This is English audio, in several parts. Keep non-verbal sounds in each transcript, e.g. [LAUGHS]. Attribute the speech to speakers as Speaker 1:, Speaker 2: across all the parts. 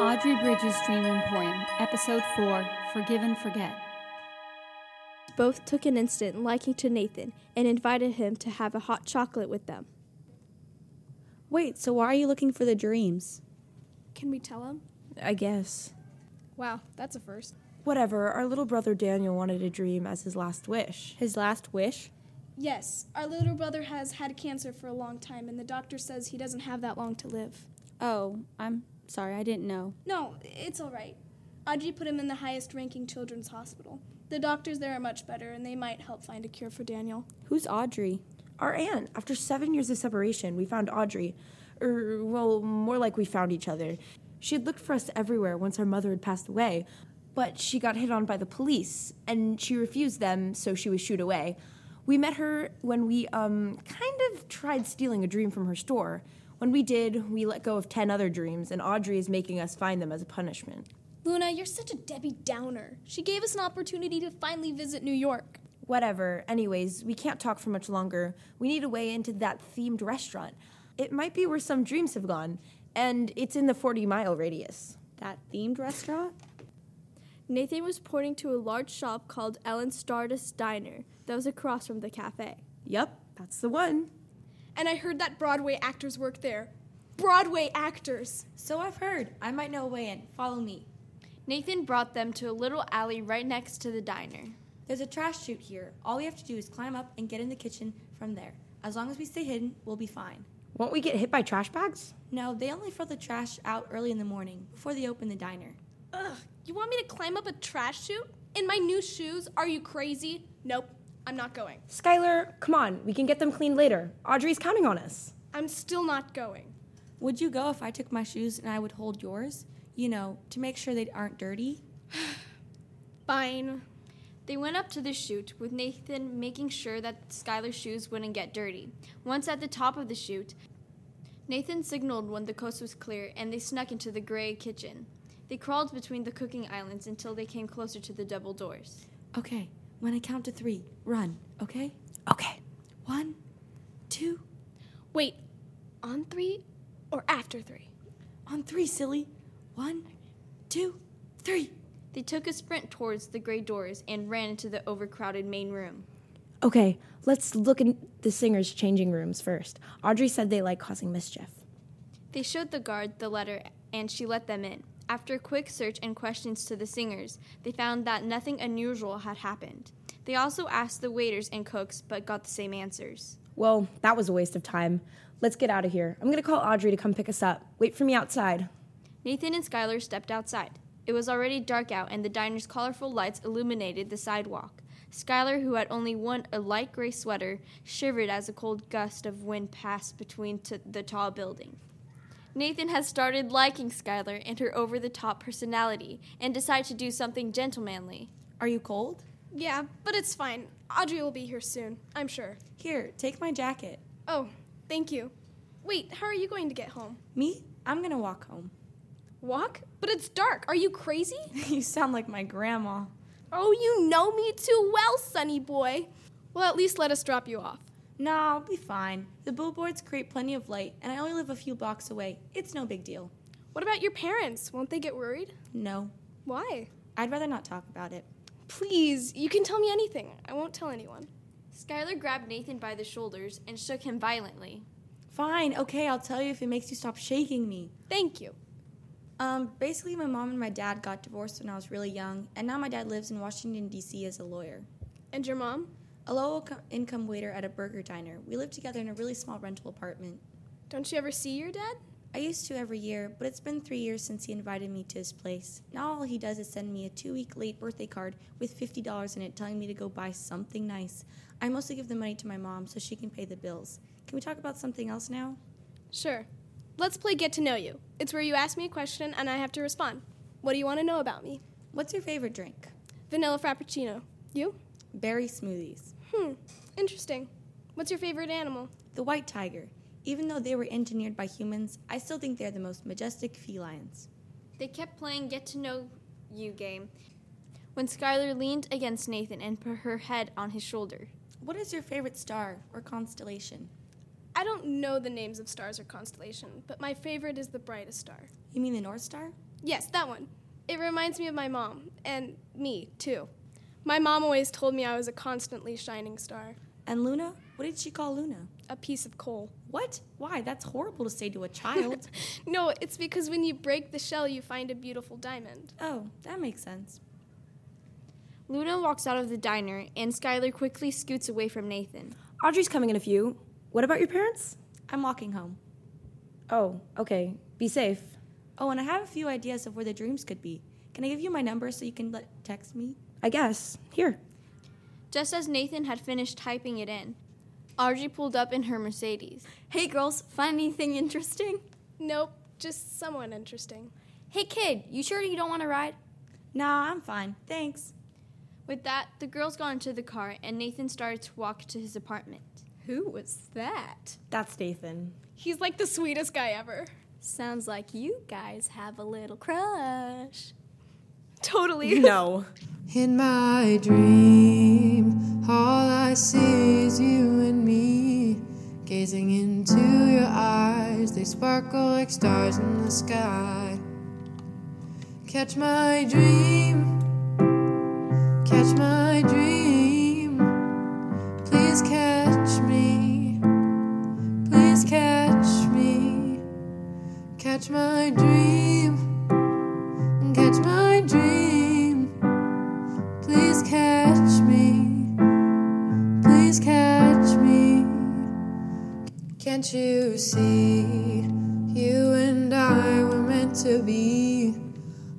Speaker 1: Audrey Bridges' Dream Emporium, Episode 4 Forgive and Forget.
Speaker 2: Both took an instant liking to Nathan and invited him to have a hot chocolate with them.
Speaker 3: Wait, so why are you looking for the dreams?
Speaker 4: Can we tell him?
Speaker 3: I guess.
Speaker 4: Wow, that's a first.
Speaker 5: Whatever, our little brother Daniel wanted a dream as his last wish.
Speaker 3: His last wish?
Speaker 4: Yes, our little brother has had cancer for a long time, and the doctor says he doesn't have that long to live.
Speaker 1: Oh, I'm sorry, I didn't know.
Speaker 4: No, it's all right. Audrey put him in the highest ranking children's hospital. The doctors there are much better, and they might help find a cure for Daniel.
Speaker 3: Who's Audrey?
Speaker 5: Our aunt. After seven years of separation, we found Audrey. Or, well, more like we found each other. She had looked for us everywhere once our mother had passed away, but she got hit on by the police, and she refused them, so she was shooed away. We met her when we um, kind of tried stealing a dream from her store. When we did, we let go of 10 other dreams, and Audrey is making us find them as a punishment.
Speaker 4: Luna, you're such a Debbie Downer. She gave us an opportunity to finally visit New York.
Speaker 5: Whatever. Anyways, we can't talk for much longer. We need a way into that themed restaurant. It might be where some dreams have gone, and it's in the 40 mile radius.
Speaker 3: That themed restaurant?
Speaker 2: Nathan was pointing to a large shop called Ellen Stardust Diner that was across from the cafe.
Speaker 5: Yep, that's the one.
Speaker 4: And I heard that Broadway actors work there. Broadway actors!
Speaker 6: So I've heard. I might know a way in. Follow me.
Speaker 7: Nathan brought them to a little alley right next to the diner.
Speaker 6: There's a trash chute here. All we have to do is climb up and get in the kitchen from there. As long as we stay hidden, we'll be fine.
Speaker 5: Won't we get hit by trash bags?
Speaker 6: No, they only throw the trash out early in the morning, before they open the diner.
Speaker 4: Ugh, you want me to climb up a trash chute? In my new shoes? Are you crazy? Nope, I'm not going.
Speaker 5: Skylar, come on. We can get them cleaned later. Audrey's counting on us.
Speaker 4: I'm still not going.
Speaker 6: Would you go if I took my shoes and I would hold yours? You know, to make sure they aren't dirty?
Speaker 4: Fine.
Speaker 7: They went up to the chute, with Nathan making sure that Skylar's shoes wouldn't get dirty. Once at the top of the chute, Nathan signaled when the coast was clear and they snuck into the gray kitchen. They crawled between the cooking islands until they came closer to the double doors.
Speaker 6: Okay, when I count to three, run, okay?
Speaker 5: Okay.
Speaker 6: One, two,
Speaker 4: Wait, on three or after three?
Speaker 6: on three, silly. One, two, three.
Speaker 7: They took a sprint towards the gray doors and ran into the overcrowded main room.
Speaker 5: Okay, let's look in the singers' changing rooms first. Audrey said they like causing mischief.
Speaker 7: They showed the guard the letter and she let them in. After a quick search and questions to the singers, they found that nothing unusual had happened. They also asked the waiters and cooks but got the same answers.
Speaker 5: Well, that was a waste of time. Let's get out of here. I'm gonna call Audrey to come pick us up. Wait for me outside.
Speaker 7: Nathan and Skylar stepped outside. It was already dark out and the diner's colorful lights illuminated the sidewalk. Skylar, who had only worn a light gray sweater, shivered as a cold gust of wind passed between t- the tall building. Nathan had started liking Skylar and her over the top personality and decided to do something gentlemanly.
Speaker 6: Are you cold?
Speaker 4: Yeah, but it's fine. Audrey will be here soon, I'm sure.
Speaker 6: Here, take my jacket.
Speaker 4: Oh, thank you. Wait, how are you going to get home?
Speaker 6: Me? I'm gonna walk home.
Speaker 4: Walk? But it's dark. Are you crazy?
Speaker 6: [LAUGHS] you sound like my grandma.
Speaker 4: Oh, you know me too well, sonny boy. Well, at least let us drop you off.
Speaker 6: No, I'll be fine. The billboards create plenty of light, and I only live a few blocks away. It's no big deal.
Speaker 4: What about your parents? Won't they get worried?
Speaker 6: No,
Speaker 4: Why?
Speaker 6: I'd rather not talk about it.
Speaker 4: Please, you can tell me anything. I won't tell anyone.
Speaker 7: Skylar grabbed Nathan by the shoulders and shook him violently.
Speaker 6: Fine, okay, I'll tell you if it makes you stop shaking me.
Speaker 4: Thank you.
Speaker 6: Um, basically, my mom and my dad got divorced when I was really young, and now my dad lives in Washington, D.C. as a lawyer.
Speaker 4: And your mom?
Speaker 6: A low co- income waiter at a burger diner. We live together in a really small rental apartment.
Speaker 4: Don't you ever see your dad?
Speaker 6: I used to every year, but it's been three years since he invited me to his place. Now all he does is send me a two week late birthday card with $50 in it telling me to go buy something nice. I mostly give the money to my mom so she can pay the bills. Can we talk about something else now?
Speaker 4: Sure. Let's play Get to Know You. It's where you ask me a question and I have to respond. What do you want to know about me?
Speaker 6: What's your favorite drink?
Speaker 4: Vanilla Frappuccino. You?
Speaker 6: Berry smoothies.
Speaker 4: Hmm, interesting. What's your favorite animal?
Speaker 6: The white tiger. Even though they were engineered by humans, I still think they're the most majestic felines.
Speaker 7: They kept playing get to know you game when Skylar leaned against Nathan and put her head on his shoulder.
Speaker 6: What is your favorite star or constellation?
Speaker 4: I don't know the names of stars or constellation, but my favorite is the brightest star.
Speaker 6: You mean the North Star?
Speaker 4: Yes, that one. It reminds me of my mom, and me, too. My mom always told me I was a constantly shining star,
Speaker 6: And Luna? What did she call Luna?
Speaker 4: a piece of coal.
Speaker 6: What? Why? That's horrible to say to a child.
Speaker 4: No, it's because when you break the shell, you find a beautiful diamond.
Speaker 6: oh, that makes sense.
Speaker 7: Luna walks out of the diner, and Skylar quickly scoots away from Nathan.
Speaker 5: Audrey's coming in a few. What about your parents?
Speaker 6: I'm walking home.
Speaker 5: Oh, okay. Be safe.
Speaker 6: Oh, and I have a few ideas of where the dreams could be. Can I give you my number so you can let, text me?
Speaker 5: I guess. Here.
Speaker 7: Just as Nathan had finished typing it in, Audrey pulled up in her Mercedes.
Speaker 8: Hey girls, find anything interesting?
Speaker 4: Nope, just someone interesting.
Speaker 8: Hey kid, you sure you don't want to ride?
Speaker 6: Nah, I'm fine. Thanks.
Speaker 7: With that, the girls got into the car, and Nathan started to walk to his apartment.
Speaker 8: Who was that?
Speaker 5: That's [LAUGHS] Nathan.
Speaker 4: He's like the sweetest guy ever.
Speaker 8: Sounds like you guys have a little crush.
Speaker 4: Totally.
Speaker 5: No.
Speaker 9: In my dream, all I see is you and me. Gazing into your eyes, they sparkle like stars in the sky. Catch my dream, catch my dream. Please catch me, please catch me. Catch my dream, catch my dream. Please catch me. Please catch me. Can't you see? You and I were meant to be.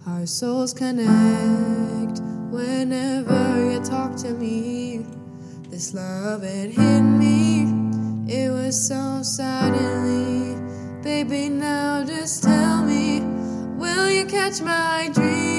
Speaker 9: Our souls connect whenever you talk to me. This love, it hit me. It was so suddenly. Baby, now just tell me. Will you catch my dream?